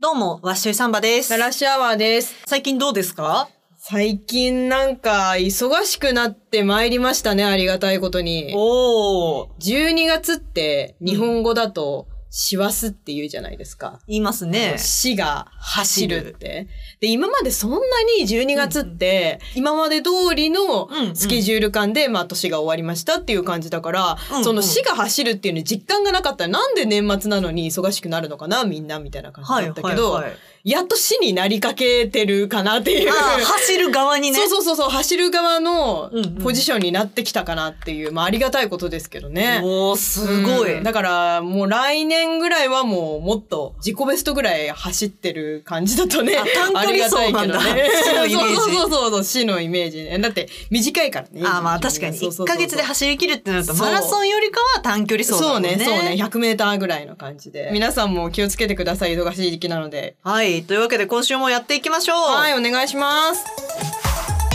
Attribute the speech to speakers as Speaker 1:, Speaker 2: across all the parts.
Speaker 1: どうも、ワッシュイサンバです。
Speaker 2: ラッシュアワーです。
Speaker 1: 最近どうですか
Speaker 2: 最近なんか忙しくなってまいりましたね、ありがたいことに。
Speaker 1: おー、
Speaker 2: 12月って日本語だと、師走って言うじゃないですか。
Speaker 1: 言いますね。
Speaker 2: 死が走るって。で、今までそんなに12月って、今まで通りの
Speaker 1: うんうん
Speaker 2: スケジュール感で、まあ年が終わりましたっていう感じだから、
Speaker 1: うんうん
Speaker 2: その死が走るっていうの実感がなかったら、なんで年末なのに忙しくなるのかな、みんなみたいな感じ
Speaker 1: はい、
Speaker 2: だったけど、
Speaker 1: はいはい
Speaker 2: やっと死になりかけてるかなっていう。
Speaker 1: あー走る側にね。
Speaker 2: そうそうそうそう、走る側の
Speaker 1: うんうん
Speaker 2: ポジションになってきたかなっていう、まあありがたいことですけどね。
Speaker 1: おー、すごい。
Speaker 2: うんだからもう来年ぐらいはもうもっと自己ベストぐらい走ってる感じだとね。
Speaker 1: あ短距離
Speaker 2: ありがたいけど
Speaker 1: 走なんだ死のイメージ
Speaker 2: そうそうそうそう、死のイメージね。だって短いからね。
Speaker 1: あーまあ確かに、
Speaker 2: そうそ
Speaker 1: 1
Speaker 2: うそう
Speaker 1: ヶ月で走り切るってなると、
Speaker 2: そう
Speaker 1: マラソンよりかは短距離走だ
Speaker 2: そ
Speaker 1: も
Speaker 2: うん
Speaker 1: ね。
Speaker 2: ね、そうね、100メーターぐらいの感じで。皆さんも気をつけてください、忙しい時期なので。
Speaker 1: はい、というわけで今週もやっていきましょう。
Speaker 2: はい、お願いします。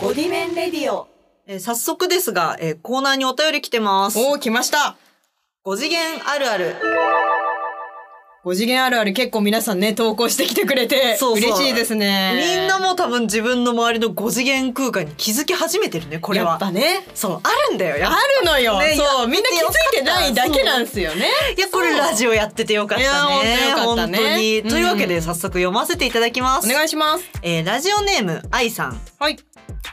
Speaker 1: ゴディメンレディオ。えー早速ですが、えーコーナーにお便り来てます。
Speaker 2: おー、来ました。
Speaker 1: 5次元あるある。
Speaker 2: 5次元あるある結構皆さんね、投稿してきてくれて、
Speaker 1: そうそう
Speaker 2: 嬉しいですね。
Speaker 1: みんなも多分自分の周りの5次元空間に気づき始めてるね、これ
Speaker 2: や
Speaker 1: は
Speaker 2: っ。ぱね、
Speaker 1: そう、あるんだよ。やっぱ
Speaker 2: あるのよ。
Speaker 1: ね
Speaker 2: そ
Speaker 1: や
Speaker 2: う、みんな気づいてないだけなんですよね。
Speaker 1: いや、これラジオやっててよかった
Speaker 2: い
Speaker 1: ね。
Speaker 2: や
Speaker 1: 本当
Speaker 2: 本当よかったね
Speaker 1: に。
Speaker 2: うん
Speaker 1: というわけで、早速読ませていただきます。
Speaker 2: お願いします。
Speaker 1: えーラジオネーム、愛さん。
Speaker 2: はい。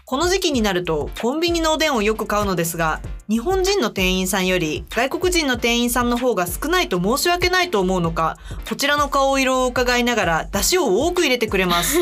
Speaker 1: この時期になると、コンビニのおでんをよく買うのですが、日本人の店員さんより、外国人の店員さんの方が少ないと申し訳ないと思うのか、こちらの顔色を伺いながら、出汁を多く入れてくれ ます。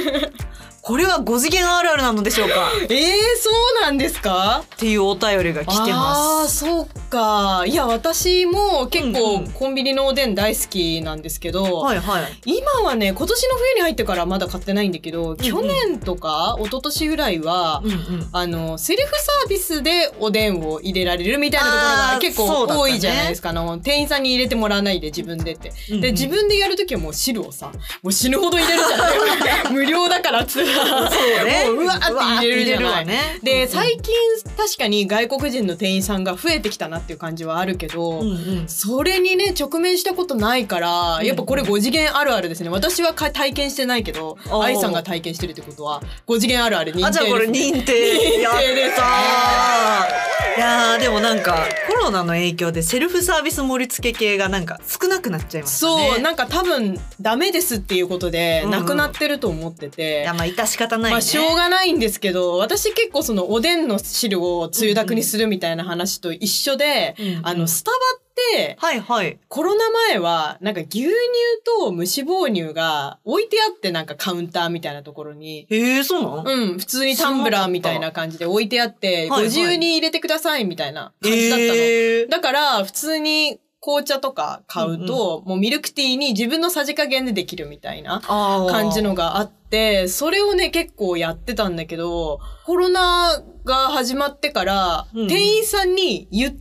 Speaker 1: これは5次元あるあるなのでしょうか
Speaker 2: えー、そうなんですか
Speaker 1: っていうお便りが来て
Speaker 2: あ
Speaker 1: ま
Speaker 2: ー、
Speaker 1: す。
Speaker 2: そうか。いや、私も結
Speaker 1: うん
Speaker 2: 構
Speaker 1: うん
Speaker 2: コンビニのおでん大好きなんですけど、
Speaker 1: はいはい。
Speaker 2: 今はね、今年の冬に入ってからまだ買ってないんだけど、去年とか一昨年ぐらいは、
Speaker 1: うんうん。
Speaker 2: あのセルフサービスでおでんを入れられるみたいなところ
Speaker 1: あー
Speaker 2: が結
Speaker 1: そう
Speaker 2: 構
Speaker 1: だったね
Speaker 2: 多いじゃないですか、あの店員さんに入れてもらわないで自分でって、
Speaker 1: うんうん
Speaker 2: で自分でやる時はもう汁をさもう死ぬほど入れるじゃない無料だからっ つってさ
Speaker 1: そうね
Speaker 2: もううわーって入れるじゃ
Speaker 1: うわ
Speaker 2: な
Speaker 1: ーっ
Speaker 2: い、
Speaker 1: て入れるわねうんう
Speaker 2: で
Speaker 1: ん
Speaker 2: 最近確かに外国人の店員さんが増えてきたなっていう感じはあるけど、
Speaker 1: うんうん。
Speaker 2: それにね直面したことないから
Speaker 1: うん
Speaker 2: やっぱこれ5次元あるあるですね私はか体験してないけど
Speaker 1: おー
Speaker 2: 愛さんが体験してるってことは5次元あるある認定です、ね、
Speaker 1: あ、じゃあこれ認定。やった
Speaker 2: 認定ですね
Speaker 1: ーいやーでもなんかコロナの影響でセルフサービス盛り付け系がなんか少なくなっちゃいましたね。
Speaker 2: そう、
Speaker 1: い
Speaker 2: なんか多分ダメですっていうことで、
Speaker 1: うんうん
Speaker 2: なくなってると思ってて。
Speaker 1: やまあ致し方ないね。
Speaker 2: まあしょうがないんですけど、私結構そのおでんの汁をつゆだくにするみたいな話と一緒で、
Speaker 1: うんうん
Speaker 2: あのスタバって
Speaker 1: はいはい。
Speaker 2: コロナ前はなんか牛乳と無脂肪乳が置いてあってなんかカウンターみたいなところに、
Speaker 1: ええー、そうなの、
Speaker 2: うん、普通にタンブラーみたいな感じで置いてあって、
Speaker 1: はいはい
Speaker 2: ご自由に入れてくださいみたいな感じだったの。
Speaker 1: えー、
Speaker 2: だから、普通に紅茶とか買うと、もうミルクティーに自分のさじ加減でできるみたいな
Speaker 1: あー
Speaker 2: 感じ。のがあって、それをね、結構やってたんだけど、コロナが始まってから、
Speaker 1: うん
Speaker 2: 店員さんに言って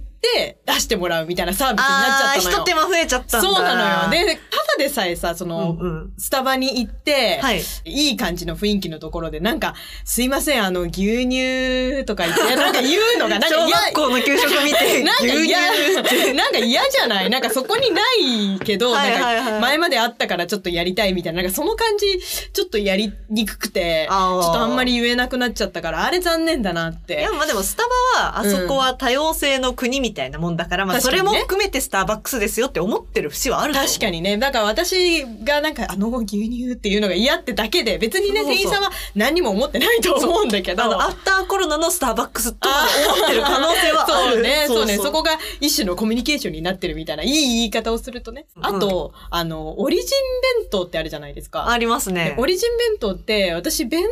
Speaker 2: 出してもらうみたいなサービスにな
Speaker 1: あ
Speaker 2: っち
Speaker 1: あ
Speaker 2: ゃったの
Speaker 1: 一
Speaker 2: よ。
Speaker 1: 手間増えちゃったんだ。
Speaker 2: そうなのよ。で、ただでさえさ、その、
Speaker 1: うんうん
Speaker 2: スタバに行って、
Speaker 1: はい
Speaker 2: い、い感じの雰囲気のところで、なんか、すいません、あの、牛乳とか言って、なんか言うの が、なんか
Speaker 1: 小
Speaker 2: 嫌
Speaker 1: 学校の給食見て
Speaker 2: なんか
Speaker 1: 牛乳。
Speaker 2: 嫌、なんか嫌じゃないなんかそこにないけど、
Speaker 1: はい
Speaker 2: な
Speaker 1: はいはい
Speaker 2: んか前まであったからちょっとやりたいみたいな、なんかその感じ、ちょっとやりにくくて、ち
Speaker 1: あ
Speaker 2: ょ
Speaker 1: ー
Speaker 2: っとあんまり言えなくなっちゃったから、あれ残念だなっ
Speaker 1: い
Speaker 2: て
Speaker 1: や。まあでもスタバはあそこは多様性の国みたいなもんだから、まあそ
Speaker 2: 確かに
Speaker 1: れ
Speaker 2: ね
Speaker 1: も含めてスターバックスですよって思ってる節はあると思う
Speaker 2: 確かにね。だから私がなんかあの牛乳っていうのが嫌ってだけで、別にね、
Speaker 1: そうそう
Speaker 2: 店員さんは何にも思ってないと思うんだけど。
Speaker 1: あのアフターコロナのスターバックスとは思ってる可能性はある
Speaker 2: そうね、そうね、そこが一種のコミュニケーションになってるみたいないい言い方をするとね。あと、あの、オリジン弁当ってあるじゃないですか。
Speaker 1: ありますね
Speaker 2: でオリジン弁当って、私弁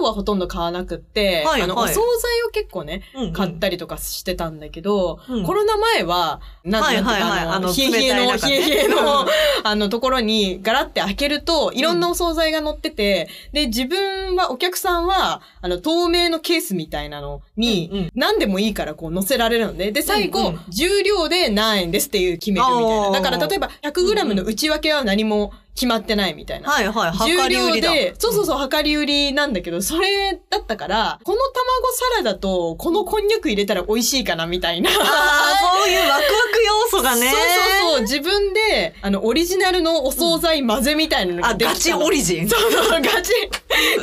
Speaker 2: 当はほとんど買わなくって、
Speaker 1: はい
Speaker 2: あの、
Speaker 1: はい
Speaker 2: お惣菜を結構ね、
Speaker 1: うんうん
Speaker 2: 買ったりとかしてたんだけど、
Speaker 1: うん
Speaker 2: コロナ前は、なん
Speaker 1: はい
Speaker 2: なんて
Speaker 1: はいはい
Speaker 2: あの
Speaker 1: あの
Speaker 2: 冷え冷え
Speaker 1: 冷たい
Speaker 2: の、
Speaker 1: 中
Speaker 2: 冷
Speaker 1: ね
Speaker 2: え冷えの、
Speaker 1: うん
Speaker 2: あの、ところにガラって開けると、いろんなお惣菜が乗ってて、で、自分は、お客さんは、あの、透明のケースみたいなのに、
Speaker 1: うんうん
Speaker 2: 何でもいいからこう乗せられるので、で、最後、
Speaker 1: うんうん
Speaker 2: 重量で何円ですっていう決めるみたい
Speaker 1: あ
Speaker 2: な。
Speaker 1: ー
Speaker 2: だから、例えば 100g の内訳は何も決まってないみたいな。
Speaker 1: はいはい。量
Speaker 2: 重
Speaker 1: り売
Speaker 2: 量
Speaker 1: りだ。
Speaker 2: で、そうそうそう、量り売りなんだけど、それだったから、この卵サラダと、このこんにゃく入れたら美味しいかな、みたいな。
Speaker 1: ああ、そういうワクワク要素がね。
Speaker 2: そうそう
Speaker 1: う。
Speaker 2: そう、自分で、あの、オリジナルのお惣菜混ぜみたいなの
Speaker 1: あ、
Speaker 2: ができた
Speaker 1: ガチ
Speaker 2: の
Speaker 1: オリジン。
Speaker 2: そうそう、ガチ、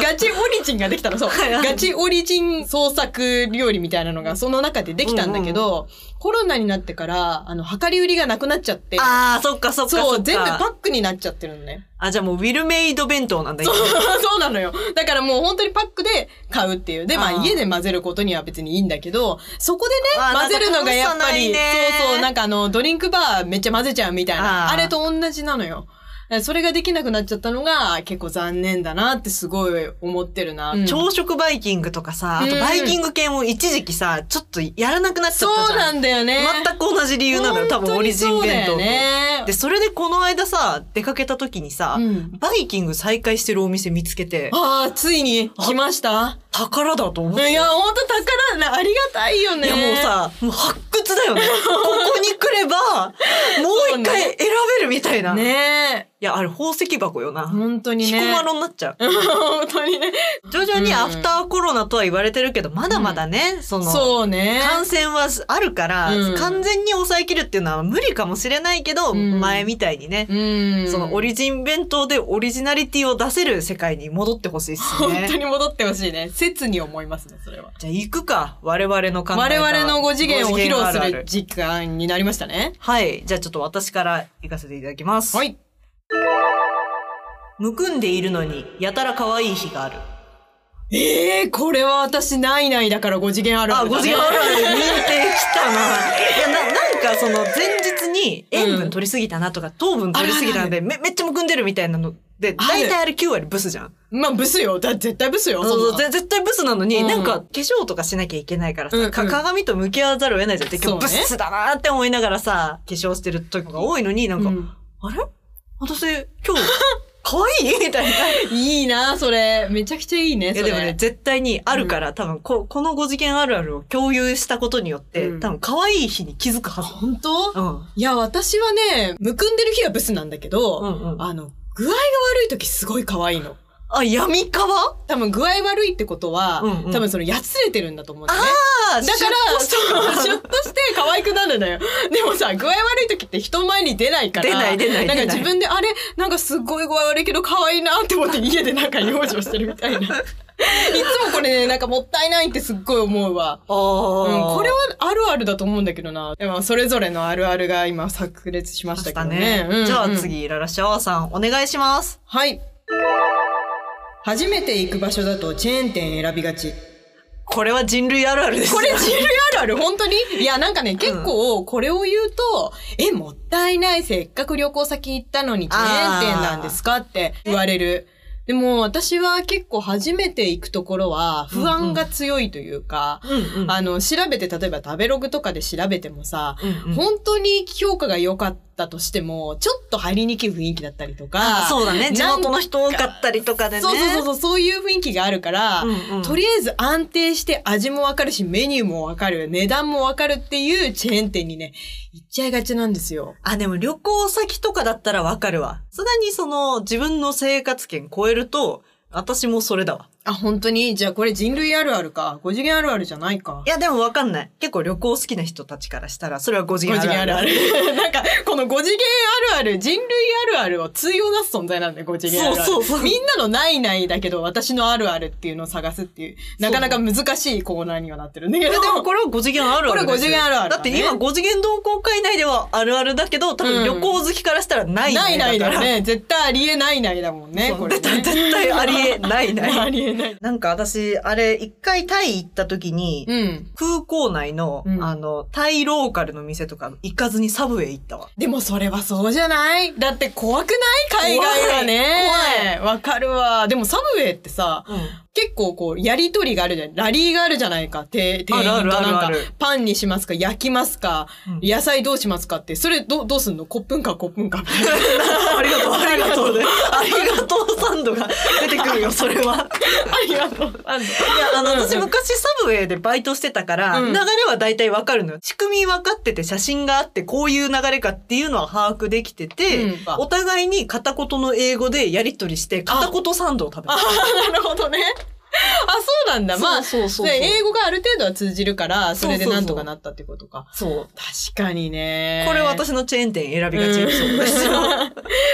Speaker 2: ガチオリジンができたの、そう。
Speaker 1: はいはい
Speaker 2: ガチオリジン創作料理みたいなのが、その中でできたんだけど、コロナになってから、あの、量り売りがなくなっちゃって、
Speaker 1: ああ、そっかそっか
Speaker 2: そ、
Speaker 1: そうっ
Speaker 2: 全部パ
Speaker 1: か。
Speaker 2: ックになっちゃってるのね。
Speaker 1: あ、じゃあもうウィルメイド弁当なんだ今
Speaker 2: そうなのよ。だからもう本当にパックで買うっていう。で、ま
Speaker 1: あ
Speaker 2: あ
Speaker 1: ー
Speaker 2: 家で混ぜることには別にいいんだけど、そこで
Speaker 1: あー
Speaker 2: ね、混ぜるのがやっ
Speaker 1: なんか
Speaker 2: ぱり、
Speaker 1: 楽しさないね
Speaker 2: そうそう、なんかあの、ドリンクバーめっちゃ混ぜちゃうみたいな。
Speaker 1: あー
Speaker 2: あれと同じなのよ。だからそれができなくなっちゃったのが結構残念だなってすごい思ってるな。うん
Speaker 1: 朝食バイキングとかさ、あとバイキング系も一時期さ、ちょっとやらなくなっちゃ
Speaker 2: そ
Speaker 1: ったじゃん。
Speaker 2: うなんだよね。
Speaker 1: 全く同じ理由なのよ。多分オリジン弁当と。
Speaker 2: 本当にそうだよね。
Speaker 1: で、それでこの間さ、出かけた時にさ、
Speaker 2: うん
Speaker 1: バイキング再開してるお店見つけて、
Speaker 2: ああ、ついに来ました。
Speaker 1: 宝だと思っ
Speaker 2: い
Speaker 1: て。
Speaker 2: や、本当宝だね。ありがたいよ
Speaker 1: い
Speaker 2: ね。
Speaker 1: やもうさ、もう発掘だよ ね。ここに来れば、もう一回選べるみたいな。
Speaker 2: ねえ。
Speaker 1: いや、あれ宝石箱よな。
Speaker 2: 本当に
Speaker 1: 彦
Speaker 2: ね。
Speaker 1: 摩呂になっちゃう。
Speaker 2: 本当にね。
Speaker 1: 徐々に
Speaker 2: うん
Speaker 1: アフターコロナとは言われてるけど、まだまだね、その、
Speaker 2: そうね。
Speaker 1: 感染はあるから、
Speaker 2: うん
Speaker 1: 完全に抑えきるっていうのは無理かもしれないけど、
Speaker 2: うん
Speaker 1: 前みたいにね、
Speaker 2: うん。
Speaker 1: そのオリジン弁当でオリジナリティを出せる世界に戻ってほしいっす
Speaker 2: 本当
Speaker 1: ね。
Speaker 2: に戻ってほしいね。切に思いますね、それは。
Speaker 1: じゃあ行くか、我々の考えた
Speaker 2: 我々の5次元を披露
Speaker 1: あ
Speaker 2: す
Speaker 1: あ
Speaker 2: る時間になりましたね。
Speaker 1: はい。じゃあちょっと私から行かせていただきます。
Speaker 2: はい。
Speaker 1: むくんでいるのに、やたら可愛い日がある。
Speaker 2: ええー、これは私、ないないだから5次元ある
Speaker 1: あ、
Speaker 2: あるだね
Speaker 1: 5次元あるある 認定きたな。いや、な、なんかその前日に塩分取りすぎたなとか、糖分取りすぎたんで、め、めっちゃむくんでるみたいなので、
Speaker 2: ある
Speaker 1: 大体あれ9割ブスじゃん。
Speaker 2: まあ、ブスよ。だ絶対ブスよ。
Speaker 1: そうそう
Speaker 2: そんな
Speaker 1: ぜ絶対ブスなのに、
Speaker 2: うん
Speaker 1: なんか化粧とかしなきゃいけないからさ、
Speaker 2: うんうん
Speaker 1: か鏡と向き合わざるを得ないじゃん。で今日ブ
Speaker 2: そうね
Speaker 1: スだなって思いながらさ、化粧してる時が多いのになんか、
Speaker 2: うん
Speaker 1: あれ私今 日可 愛いみたいな。
Speaker 2: いいな、それ。めちゃくちゃいいね、
Speaker 1: い
Speaker 2: そ
Speaker 1: や
Speaker 2: れ。
Speaker 1: でもね、絶対にあるから、多分ここのご次元あるあるを共有したことによって、
Speaker 2: うん
Speaker 1: 多分可愛い日に気づくはず。
Speaker 2: 本当
Speaker 1: うん。
Speaker 2: いや、私はね、むくんでる日はブスなんだけど、
Speaker 1: うんうん
Speaker 2: あの、具合が悪い時すごい可愛いの。
Speaker 1: あ、闇川
Speaker 2: 多分具合悪いってことは、
Speaker 1: うんうん
Speaker 2: 多分そのやつれてるんだと思うんだよね。
Speaker 1: ああ、
Speaker 2: だから
Speaker 1: シュッ、とし
Speaker 2: そう、シュッとして可愛くなるのよ。でもさ、具合悪い時って人前に出ないから。
Speaker 1: 出ない出ない
Speaker 2: なんか
Speaker 1: 出ない
Speaker 2: 自分で、あれ、なんかすごい具合悪いけど可愛いなって思って家でなんか養生してるみた いな。いつもこれね、なんかもったいないってすっごい思うわ。
Speaker 1: あ
Speaker 2: うん、
Speaker 1: あ、
Speaker 2: これはあるあるだと思うんだけどな。でも、それぞれのあるあるが今、炸裂しましたけど
Speaker 1: ね。
Speaker 2: ね。うんうん
Speaker 1: じゃあ。次、ララシャワーさん、お願いします。
Speaker 2: はい。初めて行く場所だとチェーン店選びがち。
Speaker 1: これは人類あるあるです。
Speaker 2: これ人類あるある本当にいや、なんかね、結構、これを言うと、え、もったいない、せっかく旅行先行ったのに、チェーン店なんですかって言われる。でも、私は結構初めて行くところは、不安が強いというか、
Speaker 1: うんうん。
Speaker 2: あの、調べて、例えば食べログとかで調べてもさ、
Speaker 1: うんうん
Speaker 2: 本当に評価が良かったとしても、ちょっと入りにくい雰囲気だったり とか、
Speaker 1: そうだね。地
Speaker 2: なん
Speaker 1: 元の人多かったりとかでね。
Speaker 2: そうそうそうそう、そういう雰囲気があるから、
Speaker 1: うんうん
Speaker 2: とりあえず安定して味もわかるし、メニューもわかる、値段もわかるっていうチェーン店にね、行っちゃいがちなんですよ。
Speaker 1: あ、でも旅行先とかだったらわかるわ。さすがにその自分の生活圏超えると、私もそれだわ。
Speaker 2: あ、本当にじゃあこれ人類あるあるか。5次元あるあるじゃないか
Speaker 1: い。や、でもわかんない。結構旅行好きな人たちからしたら、それは5次
Speaker 2: 5
Speaker 1: 元
Speaker 2: 次元
Speaker 1: あ
Speaker 2: あ
Speaker 1: る
Speaker 2: る
Speaker 1: あ
Speaker 2: あ
Speaker 1: る。
Speaker 2: る。 なんか、この5次元あるある、人類あるあるを通用なす存在なんだよ、5次元あるある。
Speaker 1: そうそうそう
Speaker 2: みんなのないないだけど、私のあるあるっていうのを探すっていう、なかなか難しいコーナーにはなってるんだけ
Speaker 1: い
Speaker 2: ど。
Speaker 1: や、でもこれは5次元あるあるですよ。
Speaker 2: これ五次元あるある
Speaker 1: だ
Speaker 2: だ
Speaker 1: っ
Speaker 2: ね
Speaker 1: て今5次元同好会内ではあるあるだけど、多分旅行好きからしたらないね
Speaker 2: ないないだ
Speaker 1: から
Speaker 2: よね。絶対ありえないないだもんね、これ、ね。
Speaker 1: 絶対ありえないない
Speaker 2: ありえない。
Speaker 1: なんか私、あれ、一回タイ行った時に、
Speaker 2: うん。
Speaker 1: 空港内の、
Speaker 2: うん
Speaker 1: あの、タイローカルの店とか行かずにサブウェイ行ったわ。
Speaker 2: でもそれはそうじゃないだって怖くない海外はね。
Speaker 1: 怖い
Speaker 2: わかるわ。でもサブウェイってさ、
Speaker 1: うん。
Speaker 2: 結構こう、やりとりがあるじゃん。ラリーがあるじゃないか。て店員
Speaker 1: あ
Speaker 2: と
Speaker 1: るある
Speaker 2: なん
Speaker 1: あ
Speaker 2: か
Speaker 1: るある、
Speaker 2: パンにしますか、焼きますか、
Speaker 1: うん
Speaker 2: 野菜どうしますかって、それどう、どうすんのコップンか、コップン か。
Speaker 1: ありがとう、ありがとうね。ありがとうサンドが出てくるよ、それは。
Speaker 2: ありがとう。あん
Speaker 1: いや、あの、
Speaker 2: うんうん
Speaker 1: 私昔サブウェイでバイトしてたから、
Speaker 2: う
Speaker 1: 流
Speaker 2: ん
Speaker 1: れは大体わかるのよ。仕組み分かってて、写真があって、こういう流れかっていうのは把握できてて、
Speaker 2: うん
Speaker 1: お互いに片言の英語でやり取りして、片言サンドを食べる。
Speaker 2: なるほどね。あ、そうなんだ。まあ、
Speaker 1: そうそうそうそう
Speaker 2: で英語がある程度は通じるから、それで
Speaker 1: そうそうそう
Speaker 2: なんとかなったってことか。
Speaker 1: そう。
Speaker 2: 確かにね。
Speaker 1: これ私のチェーン店選びがちエピソードですよ。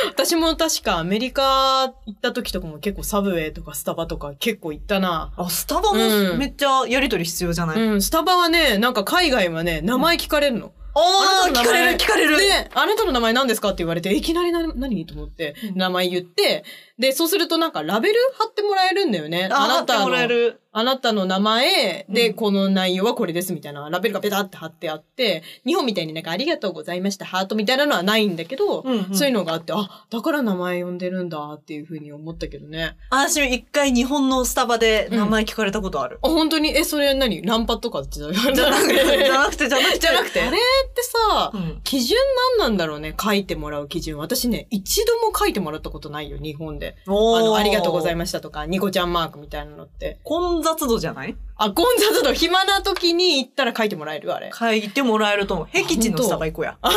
Speaker 2: 私も確かアメリカ行った時とかも結構サブウェイとかスタバとか結構行ったな。
Speaker 1: あ、スタバも
Speaker 2: うん
Speaker 1: めっちゃやり取り必要じゃない、
Speaker 2: うん、スタバはね、なんか海外はね、名前聞かれるの。
Speaker 1: あ
Speaker 2: あ
Speaker 1: ー
Speaker 2: な
Speaker 1: 聞
Speaker 2: たの名
Speaker 1: かれ
Speaker 2: 前
Speaker 1: る聞かれる。
Speaker 2: で、あなたの名前何ですかって言われて、いきなりな何と思って、名前言って、で、そうするとなんかラベル貼ってもらえるんだよね。
Speaker 1: あ
Speaker 2: あ
Speaker 1: な
Speaker 2: な
Speaker 1: た
Speaker 2: た
Speaker 1: も
Speaker 2: の
Speaker 1: らえる。
Speaker 2: あなたの名前
Speaker 1: う
Speaker 2: で、
Speaker 1: ん
Speaker 2: この内容はこれですみたいな、ラベルがペタって貼ってあって、日本みたいになんかありがとうございました、ハートみたいなのはないんだけど、
Speaker 1: うんうん
Speaker 2: そういうのがあって、あ、だから名前呼んでるんだっていうふうに思ったけどね。
Speaker 1: 私も一回日本のスタバで名前聞かれたことある。
Speaker 2: あ、本当に、え、それ何ナンパとかじゃなくて。
Speaker 1: じゃなくて、じゃなくて、じゃなくて。
Speaker 2: じゃなくて。あれってさ、
Speaker 1: うん
Speaker 2: 基準何なんだろうね書いてもらう基準。私ね、一度も書いてもらったことないよ、日本で。
Speaker 1: お
Speaker 2: あ
Speaker 1: ー
Speaker 2: の、ありがとうございましたとか、ニコちゃんマークみたいなのって。
Speaker 1: 混雑度じゃない
Speaker 2: あ、ゴンザズの暇な時に行ったら書いてもらえるあ れ。
Speaker 1: 書いてもらえると思う。僻地のスタバ行こうや。
Speaker 2: あ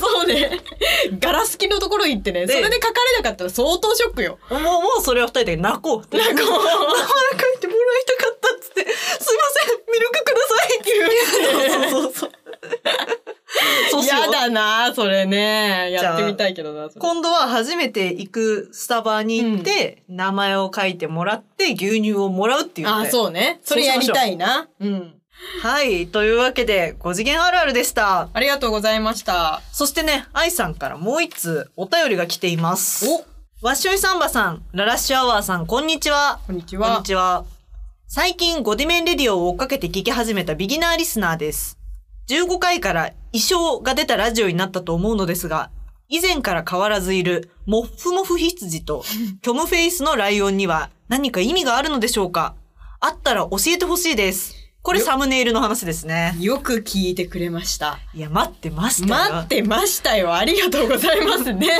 Speaker 2: そうね。ガラス機のところ行ってね、
Speaker 1: で
Speaker 2: それで書かれなかったら相当ショ ックよ。
Speaker 1: もう、もうそれは二人で泣こうって。泣こう。名前書いてもらいたかったっつって、すいません、ミルクくださいって言 う。そうそうそう。そうしよ
Speaker 2: や
Speaker 1: う。
Speaker 2: だなそれね。やってみたいけどな、それ。
Speaker 1: 今度は初めて行くスタバに行って、名前を書いてもらって、牛乳をもらうっていう。
Speaker 2: あ、そうね。それやりたいな。うん。
Speaker 1: はい。というわけで、5次元あるあるでした。
Speaker 2: ありがとうございました。
Speaker 1: そしてね、愛さんからもう一通お便りが来ています。
Speaker 2: お
Speaker 1: わっしょいサンバさん、ララッシュアワーさん、こんにちは。
Speaker 2: こんにち
Speaker 1: こん
Speaker 2: は
Speaker 1: に。ちは。最近、ゴディメンレディオを追っかけて聞き始めたビギナーリスナーです。15回から衣装が出たラジオになったと思うのですが、以前から変わらずいる、モッフモフ羊 と、虚無フェイスのライオンには何か意味があるのでしょうかあったら教えてほしいです。これ
Speaker 2: よ
Speaker 1: サムネイルの話ですね。
Speaker 2: よく聞いてくれました。
Speaker 1: いや、待ってましたよ。
Speaker 2: 待ってましたよ。ありがとうございます ね。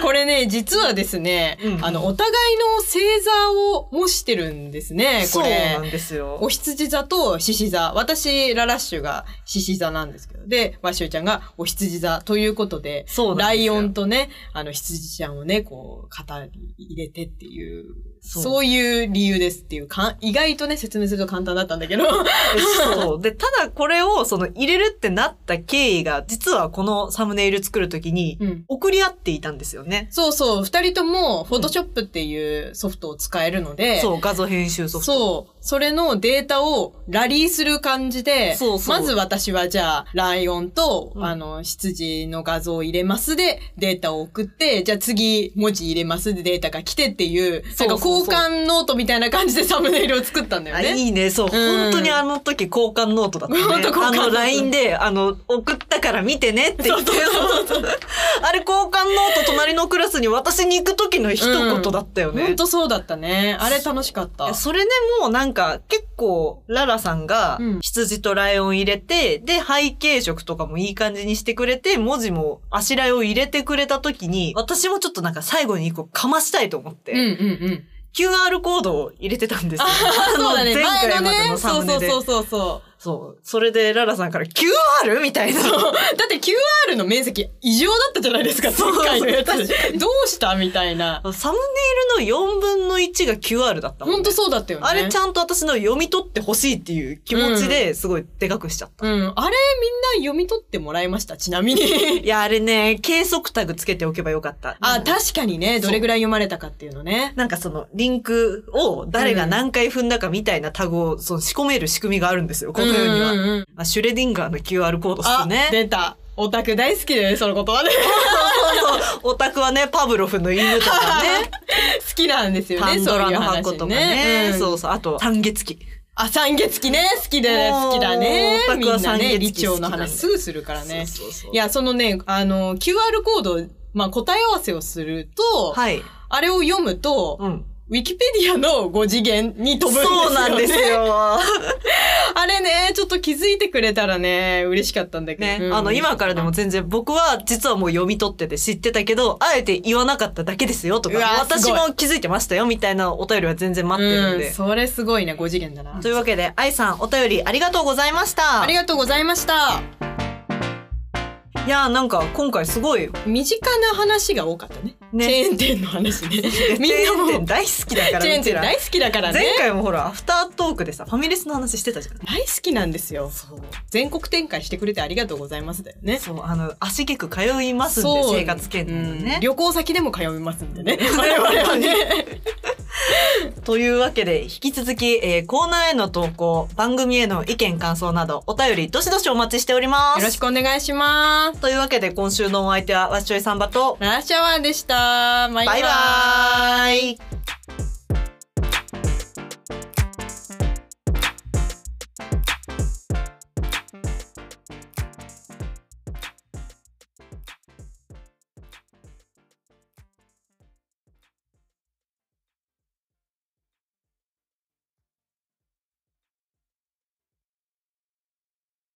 Speaker 2: これね、実はですね、
Speaker 1: うん
Speaker 2: あの、お互いの星座を模してるんですね、
Speaker 1: そ
Speaker 2: こ
Speaker 1: う
Speaker 2: れ
Speaker 1: な。んです
Speaker 2: お
Speaker 1: よ。
Speaker 2: 羊座と獅子座。私、ララッシュが獅子座なんですけど。で、ワッシュちゃんがお羊座ということで、
Speaker 1: そうなん
Speaker 2: ラ
Speaker 1: です
Speaker 2: イ
Speaker 1: よ
Speaker 2: オンとね、あの、羊ちゃんをね、こう、肩に入れてっていう、
Speaker 1: そう
Speaker 2: そういう理由ですっていうかん、意外とね、説明すると簡単だったんだけど。
Speaker 1: そう。で、ただこれをその入れるってなった経緯が、実はこのサムネイル作るときに、
Speaker 2: うん
Speaker 1: 送り合っていたんですよね。
Speaker 2: そうそう、二人とも、フォトショップっていうソフトを使えるので、
Speaker 1: そう、画像編集ソフト。
Speaker 2: そう。それのデータをラリーする感じで、
Speaker 1: そうそう
Speaker 2: まず私はじゃあ、ライオンと、
Speaker 1: うん
Speaker 2: あの、羊の画像を入れますで、データを送って、じゃあ次、文字入れますでデータが来てっていう、
Speaker 1: そうそうそう
Speaker 2: なんか交換ノートみたいな感じでサムネイルを作ったんだよ
Speaker 1: あ
Speaker 2: ね。
Speaker 1: いいね、そう、
Speaker 2: ん
Speaker 1: 本当にあの時交換ノートだったね。
Speaker 2: 本当交換
Speaker 1: あ
Speaker 2: ノート
Speaker 1: の LINE で、あの、送ったから見てねって言って、 あれ交換ノート隣のクラスに私に行く時の一言だったよね。
Speaker 2: ほんとそうだったね。あれ楽しかった。
Speaker 1: それでもうなんか結構ララさんが
Speaker 2: うん
Speaker 1: 羊とライオン入れて、で背景色とかもいい感じにしてくれて、文字もあしらいを入れてくれた時に、私もちょっとなんか最後に一個かましたいと思って、
Speaker 2: うんうんうん。
Speaker 1: QR コードを入れてたんですよ。 あの
Speaker 2: そうだね。
Speaker 1: 前
Speaker 2: 前
Speaker 1: 回
Speaker 2: の
Speaker 1: まで
Speaker 2: ね。
Speaker 1: のサム
Speaker 2: そう
Speaker 1: ネ
Speaker 2: そう
Speaker 1: で。
Speaker 2: そうそうそう。
Speaker 1: そう。それでララさんから QR? みたいな。
Speaker 2: だって QR の面積異常だったじゃないですか、
Speaker 1: そう
Speaker 2: 今回のやつ。ど
Speaker 1: 確
Speaker 2: うしたみたいな。
Speaker 1: サムネイルの4分の1が QR だったもん、ね。
Speaker 2: ほんとそうだったよね。
Speaker 1: あれちゃんと私の読み取ってほしいっていう気持ちですごいでかくしちゃった。
Speaker 2: うん。あれみんな読み取ってもらいました、ちなみに。
Speaker 1: いや、あれね、計測タグつけておけばよかった。
Speaker 2: あ、
Speaker 1: た、
Speaker 2: 確かにね、どれぐらい読まれたかっていうのね。
Speaker 1: なんかその、リンクを誰が何回踏んだかみたいなタグをその仕込める仕組みがあるんですよ、この世には。
Speaker 2: うんうんうん
Speaker 1: まあ、シュレディンガーの QR コードっ
Speaker 2: あ
Speaker 1: す、ね。
Speaker 2: 出た。オタク大好きだよね、その言葉ね。
Speaker 1: そうそうそう。オタクはね、パブロフの犬と かね、
Speaker 2: 好きなんですよね、
Speaker 1: パンドラの箱
Speaker 2: そういう話
Speaker 1: とかね。
Speaker 2: うん
Speaker 1: そうそう。あと、三月期。
Speaker 2: あ、三月期ね、好きで、
Speaker 1: もう
Speaker 2: 好きだね
Speaker 1: オ。タク
Speaker 2: み
Speaker 1: は
Speaker 2: んな
Speaker 1: 三
Speaker 2: ね、
Speaker 1: 月
Speaker 2: 理
Speaker 1: 期
Speaker 2: 長
Speaker 1: 好き
Speaker 2: の
Speaker 1: なんだ
Speaker 2: 話すぐするからね。
Speaker 1: そうそうそう
Speaker 2: いや、そのね、あの、QR コード、まあ、答え合わせをすると、
Speaker 1: はい。
Speaker 2: あれを読むと、
Speaker 1: うん。
Speaker 2: ウィキペディアの5次元に飛ぶんですよね。
Speaker 1: そうなんです よ。
Speaker 2: あれね、ちょっと気づいてくれたらね、嬉しかったんだけど。
Speaker 1: ね、
Speaker 2: うん
Speaker 1: あの、今からでも全然僕は実はもう読み取ってて知ってたけど、あえて言わなかっただけですよとか
Speaker 2: うわ、ー
Speaker 1: 私
Speaker 2: すごい
Speaker 1: も気づいてましたよみたいなお便りは全然待ってるん
Speaker 2: うん
Speaker 1: で。
Speaker 2: それすごいね、5次元だな。
Speaker 1: というわけで、愛さんお便りありがとうございました。
Speaker 2: ありがとうございました。
Speaker 1: いやーなんか今回すごい、
Speaker 2: 身近な話が多かったね。
Speaker 1: ね
Speaker 2: チェーン店の話 ね。み
Speaker 1: チ
Speaker 2: んな
Speaker 1: ェーン
Speaker 2: も
Speaker 1: 店大好きだから
Speaker 2: チェーン
Speaker 1: うち
Speaker 2: 店
Speaker 1: ら
Speaker 2: 大好きだから
Speaker 1: 前
Speaker 2: ね。
Speaker 1: 回もほら、アフタートークでさ、ファミレスの話してたじゃん。
Speaker 2: 大好きなんですよ。全国展開してくれてありがとうございますだよね。
Speaker 1: そう、あの、足げく通いますんで、
Speaker 2: そう
Speaker 1: 生活圏内にね
Speaker 2: うん。旅行先でも通いますん でね。我々はね。
Speaker 1: というわけで、引き続き、えーコーナーへの投稿、番組への意見、感想など、お便り、どしどしお待ちしております。
Speaker 2: よろしくお願いします。
Speaker 1: というわけで、今週のお相手は、わっしょいさんばと、
Speaker 2: ララシャワーでした。バイバ
Speaker 1: バイバーイ